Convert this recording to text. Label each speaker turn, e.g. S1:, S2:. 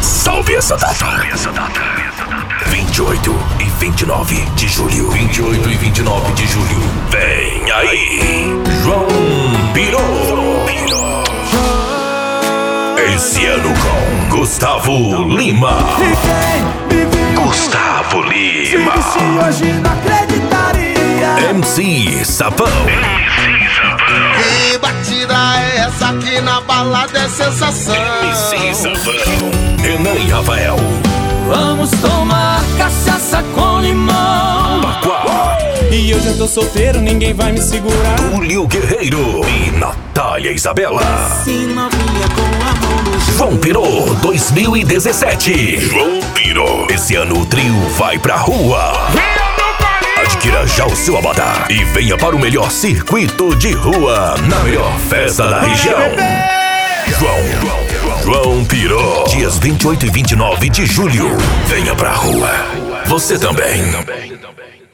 S1: Salve essa data. Salve essa data. 28 e 29 de julho. 28 e 29 de julho. Vem aí, João Biro. Esse ano com Gustavo Lima.
S2: Fiquei, me vi,
S1: Gustavo Lima.
S2: vi se hoje não acreditaria.
S1: MC Sapão.
S3: Que batida é essa aqui na balada é sensação?
S1: MC Sapão. Renan e Rafael.
S2: Vamos tomar cachaça com limão.
S1: Aquá.
S4: E eu já tô solteiro, ninguém vai me segurar.
S1: Julio Guerreiro e Natália Isabela.
S2: Se novinha com amor no joelho.
S1: João Pirou 2017. João Pirou. Esse ano o trio vai pra rua. Adquira já o seu avatar e venha para o melhor circuito de rua, na melhor festa da região. João, João Pirou. Dias 28 e 29 de julho. Venha pra rua. Você também.